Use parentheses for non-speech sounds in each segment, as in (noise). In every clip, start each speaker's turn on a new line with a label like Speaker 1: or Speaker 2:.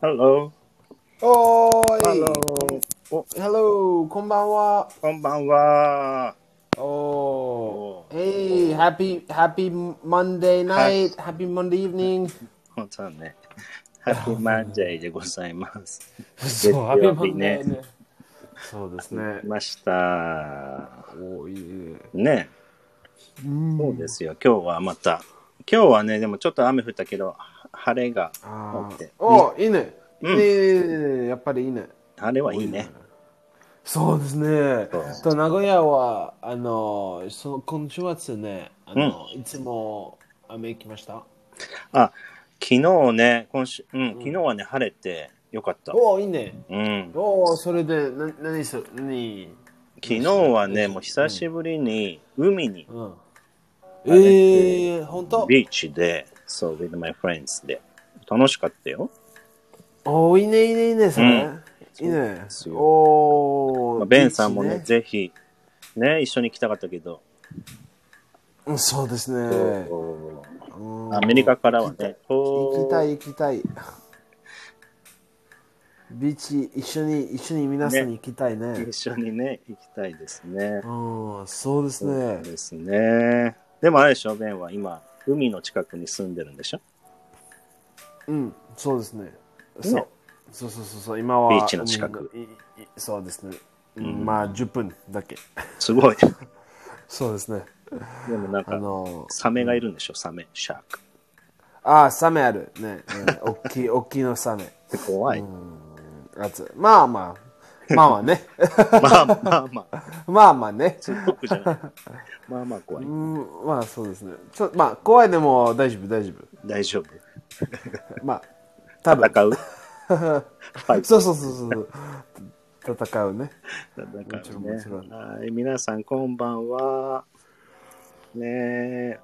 Speaker 1: Hello,
Speaker 2: おーい
Speaker 1: hello. お、
Speaker 2: Hello こんばんは
Speaker 1: こんばんは。
Speaker 2: お
Speaker 1: お
Speaker 2: ー Hey Happy Happy Monday night Happy Monday evening
Speaker 1: 本当だね。ハッピーマンジェイでございます。
Speaker 2: そう
Speaker 1: 月曜日ね
Speaker 2: Happy Monday ねそうですね
Speaker 1: 来ました。
Speaker 2: おーいいね
Speaker 1: ね。そうですよ。今日はまた。今日はね、でもちょっと雨降ったけど、晴れが
Speaker 2: あ
Speaker 1: 多く
Speaker 2: ー
Speaker 1: て。
Speaker 2: おーいいね
Speaker 1: うん
Speaker 2: ねやっぱりいいね
Speaker 1: 晴れはいいね。
Speaker 2: そうですね
Speaker 1: そう。
Speaker 2: と名古屋はあのその今週末ねあのいつも雨行きました
Speaker 1: あ、昨日ね、今週、うん、昨日はね、晴れてよかった。
Speaker 2: おーいいね
Speaker 1: うん。
Speaker 2: おお、それで、な、何する、何。
Speaker 1: 昨日はね、もう久しぶりに海に、
Speaker 2: うん。ええー、本当。
Speaker 1: ビーチで、そう、with my friends で。楽しかったよ。
Speaker 2: おお、いいね、いいね、いいね、それ。いいね
Speaker 1: す。よ
Speaker 2: お
Speaker 1: まあ
Speaker 2: お。
Speaker 1: ベンさんも
Speaker 2: ビ
Speaker 1: ね、
Speaker 2: ーチ。
Speaker 1: ぜひ、ね、一緒に来たかったけど、
Speaker 2: うんそうですね。うん
Speaker 1: アメリカからはね、遠
Speaker 2: 行きたい、行きたい。ビーチ、一緒に、一緒に皆さんに行きたいね。
Speaker 1: 一緒にね、行きたいですね。
Speaker 2: うん、そうですね。
Speaker 1: ですね。でもあれでしょ、ベンは今、海の近くに住んでるんでしょ
Speaker 2: うん、そうですね。そう。そうそうそうそう、今は。
Speaker 1: ビーチの近く
Speaker 2: うん。いいいそうですね。うん、まあ、10分だけ。
Speaker 1: す
Speaker 2: (laughs)
Speaker 1: ごい。で
Speaker 2: そうですね。
Speaker 1: もなん
Speaker 2: あ
Speaker 1: か、
Speaker 2: の、
Speaker 1: サメがいるんでしょ、サメ、シャーク。
Speaker 2: ああ、サメある。ね。うん、大きい、大きいのサメ。
Speaker 1: 怖い。
Speaker 2: やつ。まあまあ。まあまあね。
Speaker 1: ま
Speaker 2: (laughs)
Speaker 1: あまあまあ、
Speaker 2: まあまあね。。
Speaker 1: すっごくじゃない。まあまあ怖いう
Speaker 2: ん、まあそうですね。ちょまあ、怖いでも大丈夫、大丈夫。
Speaker 1: 大丈夫。
Speaker 2: まあ、多分。
Speaker 1: 戦うはい
Speaker 2: そうそうそうそう。戦うね。
Speaker 1: 戦う
Speaker 2: もちろんもち
Speaker 1: ね。はい、皆さん、こんばんは。ねえ、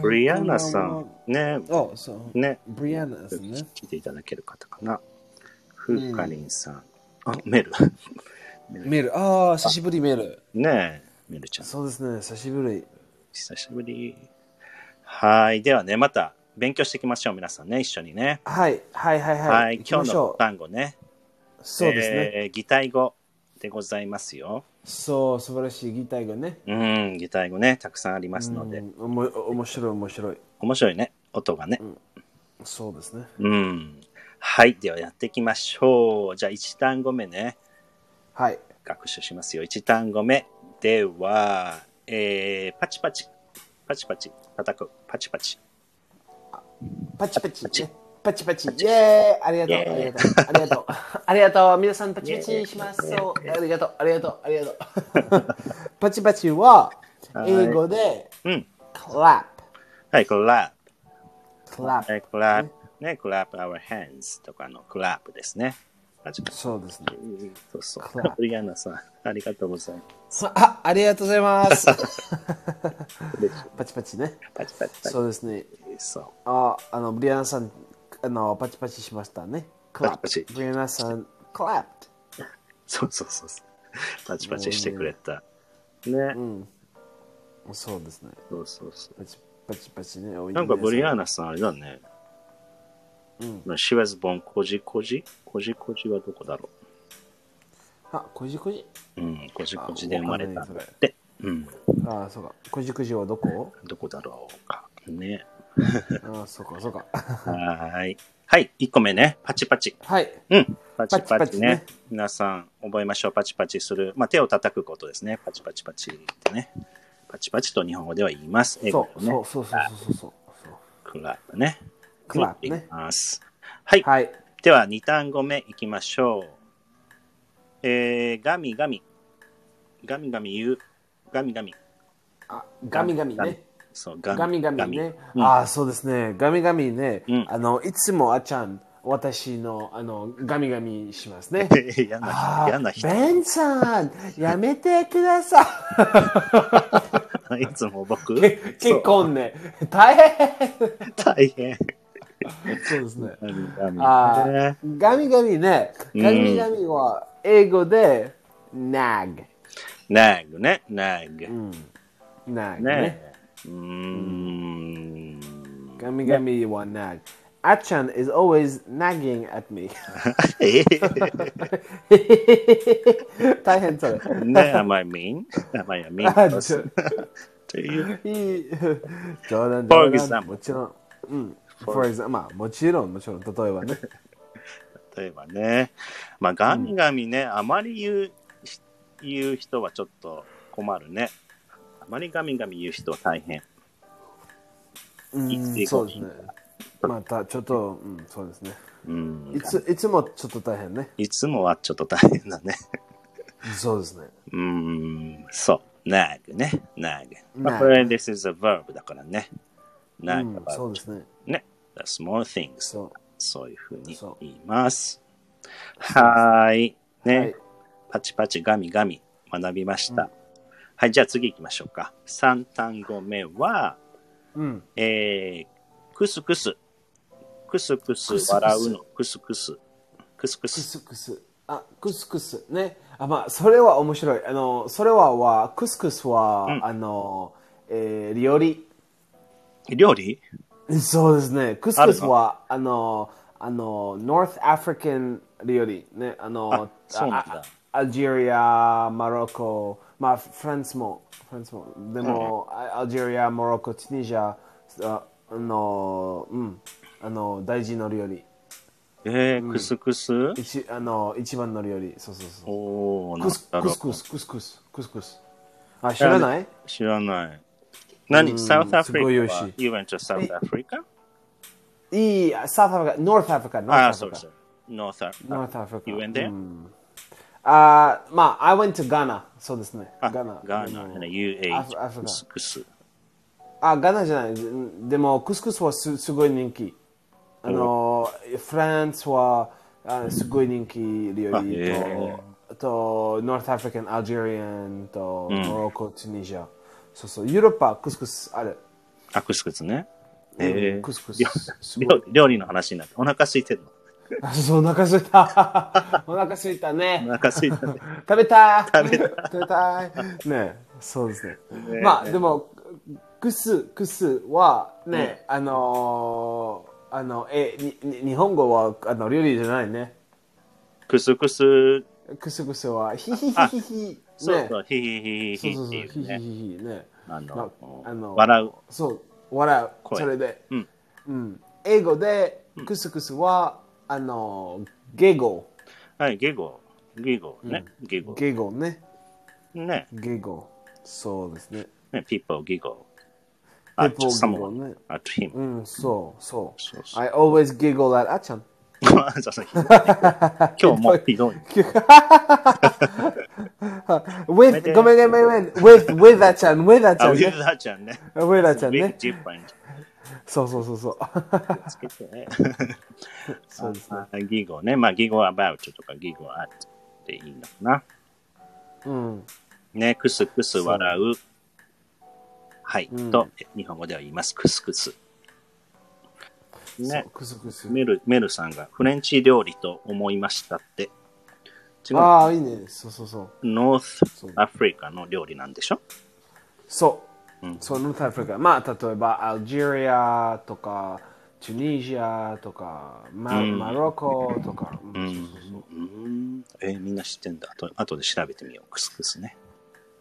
Speaker 1: ブリアナさん、ね、
Speaker 2: お、そう。
Speaker 1: ね、
Speaker 2: ブリアナですね。
Speaker 1: 聞いていただける方かな。ふうかりんさん、あ、メル。 (laughs)
Speaker 2: メール。ああ、久しぶりメール。
Speaker 1: ねえ、メルちゃん、
Speaker 2: そうですね、久しぶり。
Speaker 1: 久しぶり。はい、ではね、また勉強していきましょう、皆さんね、一緒にね。
Speaker 2: はい、はい、はい、はい。
Speaker 1: はい、
Speaker 2: 行き
Speaker 1: 今
Speaker 2: ま
Speaker 1: 日
Speaker 2: し
Speaker 1: の
Speaker 2: ょう。
Speaker 1: 単語ね、
Speaker 2: そうですね。
Speaker 1: えー擬態語でございますよ。
Speaker 2: そう、素晴らしいギターがね。
Speaker 1: うん、擬態語ね、たくさんありますので、
Speaker 2: うんおも面白い面白い
Speaker 1: 面白いね、音がね。
Speaker 2: そうですね
Speaker 1: うん。はい、ではやっていきましょう。じゃあ、1単語目ね。
Speaker 2: はい
Speaker 1: 学習しますよ。1単語目では、えー、パチパチ、パチパチ、叩く、パチパチ。
Speaker 2: パチパチねパチパチイエーイありがとう
Speaker 1: イ
Speaker 2: あ
Speaker 1: エ
Speaker 2: りがとうあり
Speaker 1: (laughs)
Speaker 2: がとうありがとう皆さんパチ
Speaker 1: イ
Speaker 2: パ
Speaker 1: エー
Speaker 2: チ
Speaker 1: イ
Speaker 2: しますそうありがとうありがとうありがとう (laughs) パチパチは
Speaker 1: はい
Speaker 2: 英語で
Speaker 1: うん。
Speaker 2: clap
Speaker 1: はい、クラッ
Speaker 2: clap
Speaker 1: プ。クラップ。ね、クラップ our hands とかのクラップですね。パチパチ。
Speaker 2: そうですね
Speaker 1: そうそ
Speaker 2: クラッ
Speaker 1: う。
Speaker 2: プ
Speaker 1: ブリアナさん、ありがとうございま
Speaker 2: あありがとうございま
Speaker 1: (laughs)
Speaker 2: す
Speaker 1: す。嬉しい
Speaker 2: パチパチね
Speaker 1: パチパチパチ。
Speaker 2: そうですね
Speaker 1: そう。
Speaker 2: ああのブリアナさんあのパチパチしましたね
Speaker 1: パチ
Speaker 2: clap
Speaker 1: パチ
Speaker 2: ブリアナさん clapped
Speaker 1: そうそうそうそう。パチパチしてくれた。ね。
Speaker 2: そうですね
Speaker 1: そうそうそう。
Speaker 2: パチパチパチね。おい
Speaker 1: なんかブリア
Speaker 2: ン。
Speaker 1: ーナさんあれだね。うん。シワズボン、コジコジコジコジはどこだろ
Speaker 2: あ、こじこじ。
Speaker 1: ううん、コジコジで生まれた
Speaker 2: あわかんないそ
Speaker 1: で、うん、
Speaker 2: あそうか。こじこじはどこ
Speaker 1: どこだろうか。ね。
Speaker 2: あそうか、そうか。
Speaker 1: はーい。はい、1個目ね。パチパチ。
Speaker 2: (laughs) はい。
Speaker 1: うん。パチ
Speaker 2: パチ
Speaker 1: パ
Speaker 2: パ
Speaker 1: チ
Speaker 2: チ
Speaker 1: ね
Speaker 2: ね。
Speaker 1: 皆さん、覚えましょう。パチパチする。まあ、手を叩くことですね。パチパチパチってね。パチパチと日本語では言います。英語
Speaker 2: そう、
Speaker 1: でも
Speaker 2: そ
Speaker 1: ね
Speaker 2: う。そうそうそうそう。
Speaker 1: クラップね。
Speaker 2: クラップね
Speaker 1: 言います。はい。
Speaker 2: はい。
Speaker 1: では、2単語目いきましょう。えー、ガミガミ。ガミガミ言う。ガミガミ。
Speaker 2: あ、ガミガミね。
Speaker 1: そう、ガミ
Speaker 2: ガミガミね。
Speaker 1: うん
Speaker 2: あそうですね。ガミガミね
Speaker 1: うん。。
Speaker 2: あの、いつもあちゃん、私の、あの、ガミガミしますね
Speaker 1: 嫌な
Speaker 2: あ
Speaker 1: 人、 (laughs) 嫌な人。
Speaker 2: ベンさん、やめてくだ
Speaker 1: (laughs)
Speaker 2: さ
Speaker 1: いつも僕、
Speaker 2: い。結婚ね。大変。
Speaker 1: 大変。
Speaker 2: そうですね。
Speaker 1: ガミガミ
Speaker 2: あー
Speaker 1: ね。
Speaker 2: ガミガミね。
Speaker 1: うん
Speaker 2: ガミガミは英語で、nag。
Speaker 1: ナグね、ナグ。
Speaker 2: nag ね。
Speaker 1: ね。うーん。 (laughs)
Speaker 2: ガミガミは nag。 Achan is always nagging at me.
Speaker 1: え
Speaker 2: 大変それ。
Speaker 1: ね、am I mean? Am I a mean
Speaker 2: あちょ
Speaker 1: person? っていう。
Speaker 2: いい冗談
Speaker 1: For
Speaker 2: 冗談
Speaker 1: example.
Speaker 2: もちろん。うん。For example. まあもちろんもちろん。例えばね。
Speaker 1: 例えばね、まあ、ガミガミね、あまり言うし言う人はちょっと困るね。あまりガミガミ言う人は大変。
Speaker 2: う
Speaker 1: 生きてい
Speaker 2: ん、
Speaker 1: こ
Speaker 2: そううですね。またちょっと、うん、そうですね。
Speaker 1: うん、
Speaker 2: いついつもちょっと大変ね。
Speaker 1: いつもはちょっと大変だね。 (laughs)
Speaker 2: そうですね。
Speaker 1: うーん、そう。nag ね。nag。まあ
Speaker 2: nag
Speaker 1: これ、this is a verb だからね。
Speaker 2: う
Speaker 1: nag
Speaker 2: ん
Speaker 1: about、、
Speaker 2: そうですね。
Speaker 1: ね。the small things.
Speaker 2: そ
Speaker 1: そういうふうに
Speaker 2: そう
Speaker 1: 言います。はーい。
Speaker 2: う。
Speaker 1: ね、
Speaker 2: はい。
Speaker 1: パチパチガミガミ学びました。はい、じゃあ次行きましょうか。3単語目は、
Speaker 2: うん。
Speaker 1: えー、クスクス。クスクス笑うの。クスクス。クスク
Speaker 2: ク
Speaker 1: ス。
Speaker 2: スクス。あ、クスクス。ね。あ、まあ、それは面白い。あの、それは、はクスクスは、あの、えー、料理。
Speaker 1: 料理
Speaker 2: そうですね。クス
Speaker 1: ある
Speaker 2: ク
Speaker 1: の
Speaker 2: スは、あの、あの、North African 料理。ね。あの、
Speaker 1: あそうなんだ
Speaker 2: ああアルジェリア、マロッコ、まあ、フランスも、フランスも。でも、あアルジェリア、モロッコ、チュニジア、ああの、うん、あの、大事の料理。
Speaker 1: えー、クスクス、
Speaker 2: 一あの一番の料理。そうそうそう。
Speaker 1: おー、なん
Speaker 2: クス
Speaker 1: だ
Speaker 2: ク
Speaker 1: ろう
Speaker 2: ス。クスクスクスクスクス。あ、知らない
Speaker 1: 知らない。何、サウスアフ
Speaker 2: すごい
Speaker 1: リ
Speaker 2: 美味
Speaker 1: カ
Speaker 2: し
Speaker 1: はい ?You went to South Africa?
Speaker 2: いい、サウスアフリカ、ノースアフリカ、ノ
Speaker 1: あ
Speaker 2: ー
Speaker 1: あ、
Speaker 2: スア
Speaker 1: そう
Speaker 2: フリ
Speaker 1: そう。
Speaker 2: カ。
Speaker 1: North Africa.
Speaker 2: ノースアフリカ。
Speaker 1: You went there?
Speaker 2: うんあーまあ、I went to Ghana。そうですね。
Speaker 1: あ、
Speaker 2: ガ
Speaker 1: ガ
Speaker 2: ナ。
Speaker 1: ーナ、
Speaker 2: アフア
Speaker 1: UH、
Speaker 2: フリ
Speaker 1: ク
Speaker 2: カ
Speaker 1: スクス。
Speaker 2: あ、ガナじゃない。でも、クスクスはすすごい人気。あの、フランスはあすごい人気料
Speaker 1: あへ
Speaker 2: 理
Speaker 1: え
Speaker 2: と、あと、ノースアフリカン、アルジェリアンと、モロッコ、チュニジア。そうそう、ヨーロッパ、クスクスある。
Speaker 1: あ、クスクスね。えー、
Speaker 2: クスクス
Speaker 1: 料
Speaker 2: すご
Speaker 1: 料
Speaker 2: い
Speaker 1: 料理の話になって、お腹空いてるの。
Speaker 2: あそう、お腹すいた。 (laughs) お腹すいたね
Speaker 1: お。腹空いてる。
Speaker 2: (laughs) 食べたい。食べたい。ねそうですね。まあ、でも、クス、クスはね、あのーあの、え、にに日本語は、あの、料理じゃないね。
Speaker 1: クスクス、
Speaker 2: クスクスは、ヒヒヒ
Speaker 1: あ
Speaker 2: ヒヒ。
Speaker 1: そう
Speaker 2: ね
Speaker 1: そう、ヒヒヒ
Speaker 2: そ
Speaker 1: ヒ
Speaker 2: う
Speaker 1: ヒっ
Speaker 2: そう
Speaker 1: て
Speaker 2: そ
Speaker 1: い
Speaker 2: う、ヒ
Speaker 1: うね。
Speaker 2: ヒヒヒね。
Speaker 1: あの
Speaker 2: まあの
Speaker 1: 笑う。
Speaker 2: そう、笑う。
Speaker 1: 声
Speaker 2: それで。
Speaker 1: うん。
Speaker 2: うん。英語で、クスクスは、あの、ゲゴ。
Speaker 1: はい、ゲゴ。ゲゴね。ゲゴ。
Speaker 2: ゲゴね。
Speaker 1: ね。
Speaker 2: ゲゴ。そうですね。
Speaker 1: ね、people giggle.
Speaker 2: People
Speaker 1: at someone,
Speaker 2: giggle ね
Speaker 1: at him.
Speaker 2: うん、そう、そう。
Speaker 1: そうそう
Speaker 2: I always giggle at あっちゃん。
Speaker 1: そうそう今 (laughs) 日もひどい。
Speaker 2: (laughs) with、ごめんごめんごめん。with、with あっちゃん、with あっち
Speaker 1: あ、
Speaker 2: ゃ
Speaker 1: ウ
Speaker 2: ん
Speaker 1: ィ
Speaker 2: ね
Speaker 1: ル。ダーちゃんね。
Speaker 2: with あっちゃん
Speaker 1: ウィル
Speaker 2: ね。
Speaker 1: ジッパン
Speaker 2: そうそうそうそう。
Speaker 1: つけてね。
Speaker 2: そうですね。
Speaker 1: (laughs) あギゴね。まあ、ギゴ about とかギゴ at でいいのかな。
Speaker 2: うん。 (laughs)
Speaker 1: ね、クスクス笑う。はい、
Speaker 2: うん
Speaker 1: と、日本語では言います。クスクス。
Speaker 2: そう
Speaker 1: ね、
Speaker 2: クスクス。
Speaker 1: メル、メルさんがフレンチ料理と思いましたって。違う。
Speaker 2: ああ、いいね。そうそうそう。
Speaker 1: ノース
Speaker 2: そう
Speaker 1: アフリカの料理なんでしょ
Speaker 2: そう。
Speaker 1: うん
Speaker 2: そう、ノートアフリカ。まあ、例えば、アルジェリアとか、チュニジアとか、マ,、
Speaker 1: うん
Speaker 2: マロコとか。うん
Speaker 1: うんうんえーみんな知ってんだ。あと後で調べてみよう。クスクスね。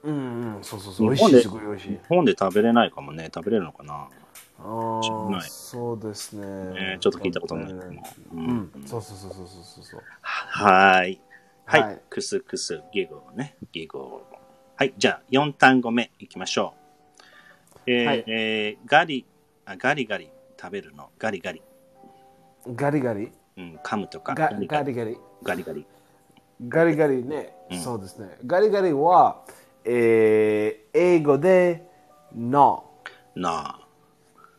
Speaker 2: うんうん、そうそうそう。美味
Speaker 1: 日本
Speaker 2: し
Speaker 1: で
Speaker 2: い、すごい美味しい
Speaker 1: 日。本で食べれないかもね。食べれるのかな、
Speaker 2: あ
Speaker 1: な
Speaker 2: ー
Speaker 1: い
Speaker 2: そうですね、
Speaker 1: えーちょっと聞いたことない。う
Speaker 2: うんん、そうそうそうそうそうそう。
Speaker 1: はーい。はい。
Speaker 2: はい
Speaker 1: クスクス、ギゴね。ギゴはい。じゃあ、4単語目いきましょう。えー
Speaker 2: はい
Speaker 1: えーガリあ、ガリガリ食べるの。ガリガリ。
Speaker 2: ガリガリ
Speaker 1: うん、噛むとか。
Speaker 2: ガガリガリ
Speaker 1: ガリガリ。
Speaker 2: ガリガリね、そうですね。ガリガリは、えー、英語で No。
Speaker 1: なあ。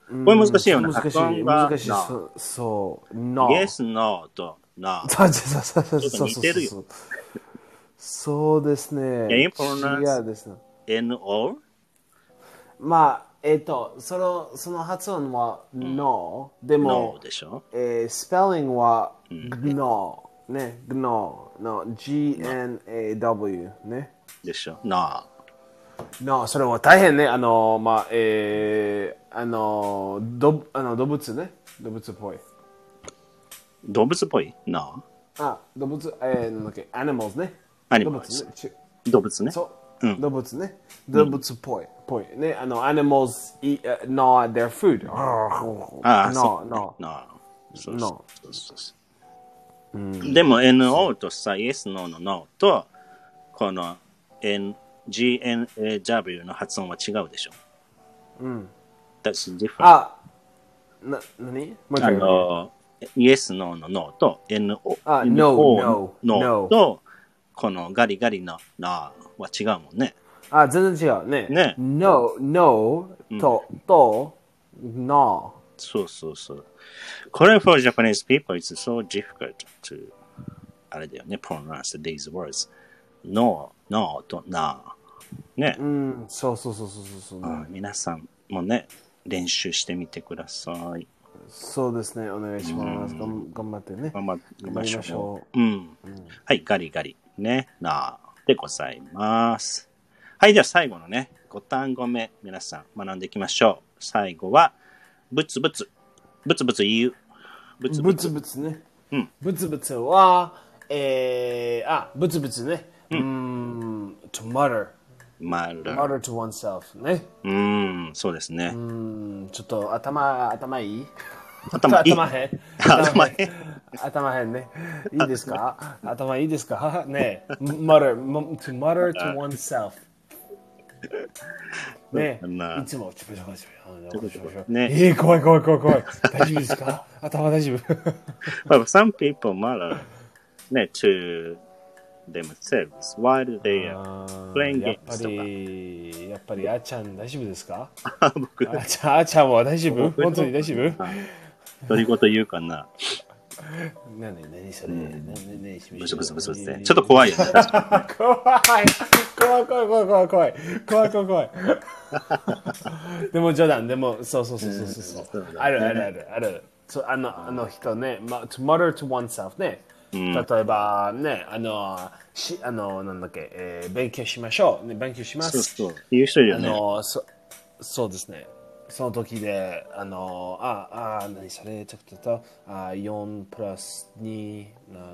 Speaker 2: うん
Speaker 1: これ難しいよね
Speaker 2: 難
Speaker 1: 発
Speaker 2: し
Speaker 1: 音
Speaker 2: い。
Speaker 1: が
Speaker 2: 難しい。
Speaker 1: No
Speaker 2: そうそう。No。
Speaker 1: Yes, no となあ。
Speaker 2: そうそうそうそう
Speaker 1: ちょ
Speaker 2: そ
Speaker 1: っと似
Speaker 2: うそう
Speaker 1: てるよ
Speaker 2: そう。そうですね。
Speaker 1: いや pronounce-
Speaker 2: 違うですね。
Speaker 1: no?
Speaker 2: まあ、えっ、と、その、その発音は No。でも
Speaker 1: No、でしょ
Speaker 2: えー、スペリングは gnaw、ね gnaw の gnaw ね
Speaker 1: でしょなあ。
Speaker 2: no それは大変ねあのまあえー、あのどあの動物ね動物っぽい
Speaker 1: 動物っぽいな
Speaker 2: あ、動物、えー、なんだっけ、アニマルね。
Speaker 1: アニ
Speaker 2: 動
Speaker 1: マル
Speaker 2: 物ね。ちゅ
Speaker 1: 動物ね。
Speaker 2: そう、動物ね。動物っぽい。ぽいね、あの、animals eat, uh, gnaw at their food.
Speaker 1: あ
Speaker 2: あ
Speaker 1: あ、
Speaker 2: no,
Speaker 1: そう。
Speaker 2: no.
Speaker 1: なそう
Speaker 2: No
Speaker 1: そうそうそう。でも NO とさ、Yes, No の No と、この N GNAW の発音は違うでしょ。うん。That's different.
Speaker 2: あ、な、なにもう一
Speaker 1: あ
Speaker 2: 回。
Speaker 1: の、Yes, No の No と NO
Speaker 2: あ
Speaker 1: NO
Speaker 2: No, No,
Speaker 1: の
Speaker 2: No
Speaker 1: と、このガリガリの Na は違うもんね。
Speaker 2: あ、全然違うね。
Speaker 1: ね
Speaker 2: no, no, と、と、no.
Speaker 1: そうそうそう。これ for Japanese people it's so difficult to あれだよね、pronounce these words. No, no と na. ね、
Speaker 2: うん、そうそうそうそうそうそう。
Speaker 1: 皆さんもね、練習してみてください。
Speaker 2: そうですね、お願いします。がん頑張ってね。
Speaker 1: 頑張り
Speaker 2: 頑張
Speaker 1: ま
Speaker 2: り
Speaker 1: しょう。
Speaker 2: ましょ
Speaker 1: うん。はい、ガリガリ。ね、なでございます。はい、では最後のね、5単語目、皆さん学んでいきましょう。最後は、ぶつぶつ。ぶつぶつ言う。ぶつ
Speaker 2: う。ぶ
Speaker 1: ぶ
Speaker 2: つ
Speaker 1: つ。
Speaker 2: ぶつね。
Speaker 1: うん。
Speaker 2: ぶつぶつは、えー、あ、ぶつぶつね。うん、to mutter,
Speaker 1: まる。
Speaker 2: mutter to oneself ね。
Speaker 1: うーん、そうですね。
Speaker 2: うん、ちょっと頭、頭いい
Speaker 1: 頭いい
Speaker 2: 頭へん。
Speaker 1: 頭へん。
Speaker 2: 頭へんね。いいですか頭いいですか (laughs) ねえ。mutter, mu- to mutter to oneself. ね
Speaker 1: まあ
Speaker 2: え。いつも、ちょこちょこちょこちょこちょこ
Speaker 1: ね
Speaker 2: えー、怖い怖い怖い怖い。大丈夫ですか頭大丈夫
Speaker 1: Well, some people mutter ne, to themselves while they are playing
Speaker 2: やっぱ
Speaker 1: games とか。
Speaker 2: り、やっぱり、あーちゃん大丈夫ですか
Speaker 1: あ (laughs) 僕、
Speaker 2: あーちゃん、あーちゃんは大丈夫
Speaker 1: 僕
Speaker 2: 本当に大丈夫
Speaker 1: 独り言言うかな。
Speaker 2: なになにそれ、なになにし
Speaker 1: ブツブツブツブツね。ちょっと怖
Speaker 2: (laughs)
Speaker 1: いよね。
Speaker 2: 怖い怖い怖い怖い怖い怖い怖い怖い怖いでも冗談でもそうそうそうそうそうそう、
Speaker 1: うん
Speaker 2: あるあるあるあるそうあのあの人ね、ま、to mutter to oneself ね、例えばねあのしあのなんだっけ、えー、勉強しましょう、ね、勉強しま
Speaker 1: そう
Speaker 2: す
Speaker 1: そう。言う人いるよ
Speaker 2: あ
Speaker 1: ね。
Speaker 2: のそそうですねその時であのああ何それちょっととあ4プラス2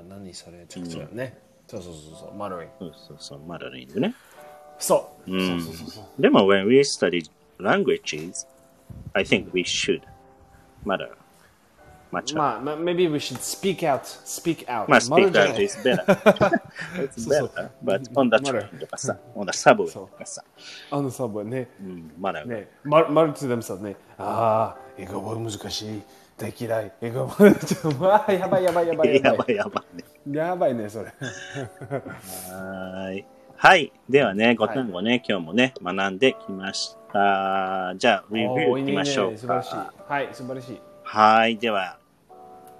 Speaker 2: な何それちょっと違うね、そうそうそうそうマロイ
Speaker 1: そうそうそう、マラリングね。
Speaker 2: そう、そうそうそうそう
Speaker 1: でも、when we study languages, I think we should mutter much.
Speaker 2: まあ、まあ、maybe we should speak out speak out
Speaker 1: まあ、speak
Speaker 2: じゃな
Speaker 1: out
Speaker 2: い
Speaker 1: is
Speaker 2: (laughs)
Speaker 1: better. It's
Speaker 2: そう
Speaker 1: better, but on the train とかさ、on the subway とかさ、
Speaker 2: あのサブはね
Speaker 1: うんマラ
Speaker 2: ねママルチでもさねああ英語は難しい大嫌い英語はちょっと (laughs) まあやばいやばいやばい
Speaker 1: や
Speaker 2: やばい
Speaker 1: ばいやばいね。
Speaker 2: やばいねそ
Speaker 1: (laughs)
Speaker 2: れ
Speaker 1: はーい。はい。ではね、ご単語ね、今日もね、学んできました。じゃあ、レビュ
Speaker 2: お
Speaker 1: ー
Speaker 2: ー
Speaker 1: い
Speaker 2: い
Speaker 1: き
Speaker 2: いね
Speaker 1: ましょう
Speaker 2: 素晴らしい
Speaker 1: か。
Speaker 2: はい素晴らしい
Speaker 1: はい。では、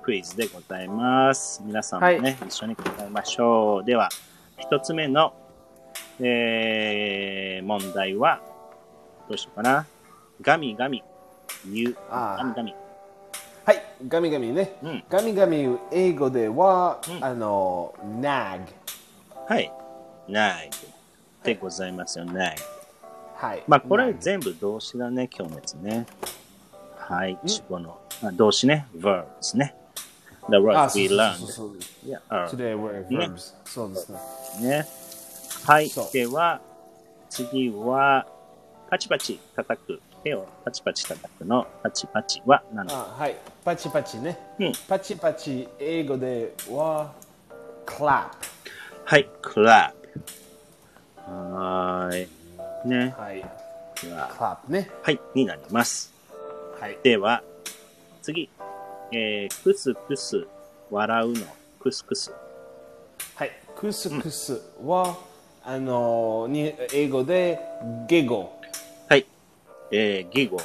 Speaker 1: クイズでございます。皆さんもね、
Speaker 2: はい
Speaker 1: 一緒に答えましょう。では、一つ目の、えー、問題は、どうしようかな。ガミガミ、言う。
Speaker 2: あー
Speaker 1: ガミガミ。
Speaker 2: はい、ガミガミね。
Speaker 1: うん
Speaker 2: ガミガミ英語では、
Speaker 1: ん
Speaker 2: あの、nag。
Speaker 1: はい。ない。でございますよね。
Speaker 2: はい。
Speaker 1: まあ、これ
Speaker 2: nag
Speaker 1: 全部動詞だね、今日のやつね。はい、主語のあ動詞ね、verb ですね。The
Speaker 2: あ、
Speaker 1: words
Speaker 2: そう
Speaker 1: we
Speaker 2: そう
Speaker 1: learned.
Speaker 2: そうそう。
Speaker 1: Yeah, are
Speaker 2: Today we're verbs. そうですね。
Speaker 1: ね。はい
Speaker 2: そう、
Speaker 1: では、次は、パチパチ叩く。手をパチパチ叩くのパチパチは何だ
Speaker 2: あ、はい。パチパチね。
Speaker 1: うん
Speaker 2: パチパチ英語では、clap。
Speaker 1: はい、clap。はーい。ね、
Speaker 2: はい。
Speaker 1: clap。
Speaker 2: clap ね。
Speaker 1: はい、になります。
Speaker 2: はい。
Speaker 1: では、次。えー、くすくす笑うのくすくす。
Speaker 2: はい。クスクスは、あの、に英語で、giggle。
Speaker 1: はい。えー、ギゴで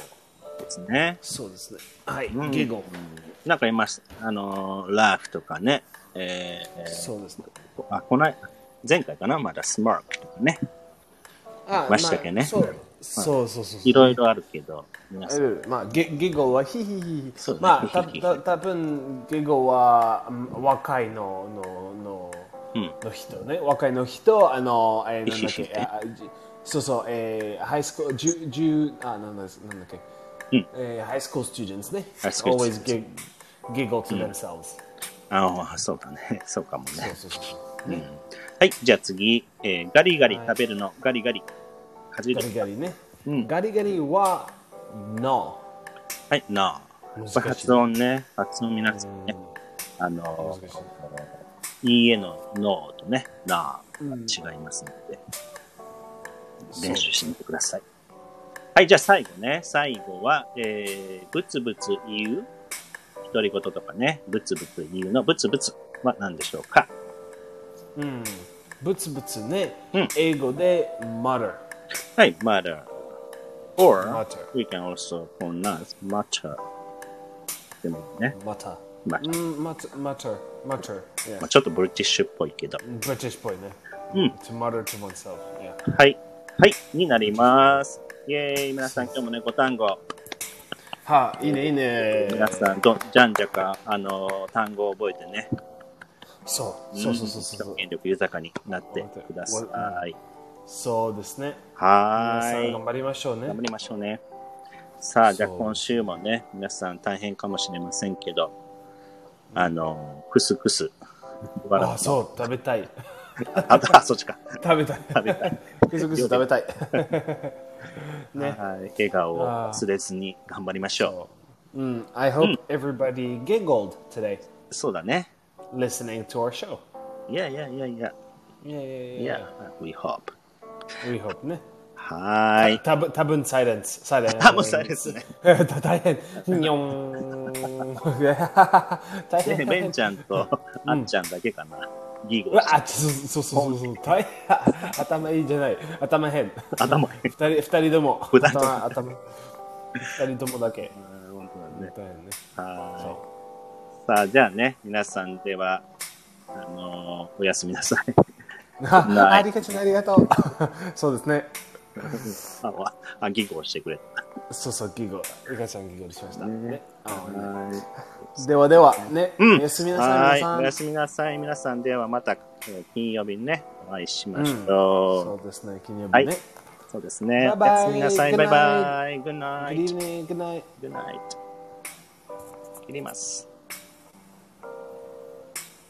Speaker 1: すね。
Speaker 2: そうですね。はい。
Speaker 1: ん
Speaker 2: giggle。
Speaker 1: なんか今、あのーラーフとかね、えーえー
Speaker 2: そうですね。
Speaker 1: あ、こない、前回かな、まだスマークとかね、
Speaker 2: あ
Speaker 1: ましたっけね
Speaker 2: あそうそうそうそう。
Speaker 1: いろいろあるけど、皆さん、
Speaker 2: うんまあ、ゲギゴはヒヒヒ
Speaker 1: そうね
Speaker 2: まあ、
Speaker 1: ヒ
Speaker 2: た
Speaker 1: ヒヒ
Speaker 2: た多分ギゴはうん若いののの,、
Speaker 1: うん
Speaker 2: の人ね若いの人あの、えー、なんだっ
Speaker 1: ヒヒヒ
Speaker 2: けああじそうそう、えー、ハイスクールじゅじゅあなんだなんだっけ、
Speaker 1: うん
Speaker 2: えー、ハイスクールスチューデンスね
Speaker 1: High school
Speaker 2: always gig, giggle to themselves、
Speaker 1: ああ、そうだね。そうかも
Speaker 2: そう
Speaker 1: ね。
Speaker 2: そうそう。
Speaker 1: うん、はい、じゃあ次、えーガリガリ食べるの、ガリガリ。かじ
Speaker 2: ガ
Speaker 1: る。
Speaker 2: リガリね。
Speaker 1: うん
Speaker 2: ガリガリは、no。
Speaker 1: はい、な
Speaker 2: 難しい
Speaker 1: あ。発音ね、発音皆さんね、あの、いいえののとね、なあ
Speaker 2: うん
Speaker 1: が違いますので、
Speaker 2: そう
Speaker 1: 練習してみてください。はい、じゃあ最後ね、最後は、えー、ぶつぶつ言う、独り言とかね、ぶつぶつ言うの、ぶつぶつは何でしょうか
Speaker 2: うん。ブツブツね
Speaker 1: うん。
Speaker 2: 英語で mutter。
Speaker 1: はい、matter. Or,
Speaker 2: Mutter.
Speaker 1: we can also pronounce matter. でもいいね。
Speaker 2: また。
Speaker 1: まあ
Speaker 2: うん、mutter。mutter。mutter。
Speaker 1: まあ
Speaker 2: Yeah.
Speaker 1: ちょっとブリティッシュっぽいけど。
Speaker 2: British っぽいね。
Speaker 1: うん
Speaker 2: To mutter to oneself. Yeah.
Speaker 1: はい。はい、になります。イェーイ、皆さん今日もね、ご単語、
Speaker 2: はあ、いいね、いいね。
Speaker 1: 皆さん、どじゃんじゃか、あの、単語を覚えてね、
Speaker 2: そう、そうそうそうそう。
Speaker 1: 表現力豊かになってください。
Speaker 2: そうですね。皆
Speaker 1: は
Speaker 2: さ
Speaker 1: ー
Speaker 2: ん
Speaker 1: い。
Speaker 2: 頑張りましょうね
Speaker 1: 頑張。りましょうね。さあ、じゃあ
Speaker 2: そう
Speaker 1: 今週もね、皆さん大変かもしれませんけど、あの、クスクス。
Speaker 2: あ、そう、食べた (laughs) い。
Speaker 1: あ、あそっちか。
Speaker 2: 食べたい。
Speaker 1: 食べたい。
Speaker 2: くすくす食べたい。ね。
Speaker 1: はい、笑顔を
Speaker 2: あー
Speaker 1: 忘れずに頑張りましょ
Speaker 2: うん、I Hmm, hope everybody giggled today
Speaker 1: う。そうだね。
Speaker 2: listening to our show.
Speaker 1: Yeah, yeah, yeah,
Speaker 2: Yeah,
Speaker 1: yeah,
Speaker 2: yeah, yeah.
Speaker 1: yeah. We hope.
Speaker 2: yeah. We hope ね。
Speaker 1: はーい。
Speaker 2: たぶん、たぶん、サイレンス。サイレンス。
Speaker 1: あ、もうサイ
Speaker 2: (laughs)
Speaker 1: レンスね。
Speaker 2: ス。大変。にょん。 (laughs) 大
Speaker 1: ね (laughs)
Speaker 2: 変。
Speaker 1: ベンちゃんとあっちゃんだけかな。ギー
Speaker 2: う
Speaker 1: ゴ
Speaker 2: わあそうそうそうそうそう大変 (laughs) 頭いいじゃない頭変
Speaker 1: 頭いい
Speaker 2: 二人二人とも
Speaker 1: 二人とも
Speaker 2: 頭頭二人ともだけ
Speaker 1: 本当だね。
Speaker 2: 大変ね
Speaker 1: は
Speaker 2: そ
Speaker 1: ーい。さあ、じゃあね、皆さんでは、あのーおやすみなさい。 (laughs)
Speaker 2: うあありがちなありがとう (laughs) そうですね
Speaker 1: あわ、あギーゴしてくれ
Speaker 2: そうそうギゴリカちゃんギゴリしましたね
Speaker 1: た。は
Speaker 2: ではではねおやすみなさい皆
Speaker 1: ー
Speaker 2: さん
Speaker 1: おやすみなさい。皆さんではまた、えー金曜日にね、お会いしましょ
Speaker 2: そうですね金曜
Speaker 1: はい
Speaker 2: 日ね
Speaker 1: う。そうですね。
Speaker 2: バイバイ
Speaker 1: おやすみなさい。
Speaker 2: Good
Speaker 1: バイ
Speaker 2: night
Speaker 1: バイ。Good
Speaker 2: Good
Speaker 1: night.
Speaker 2: evening good night
Speaker 1: Good night. 切ります。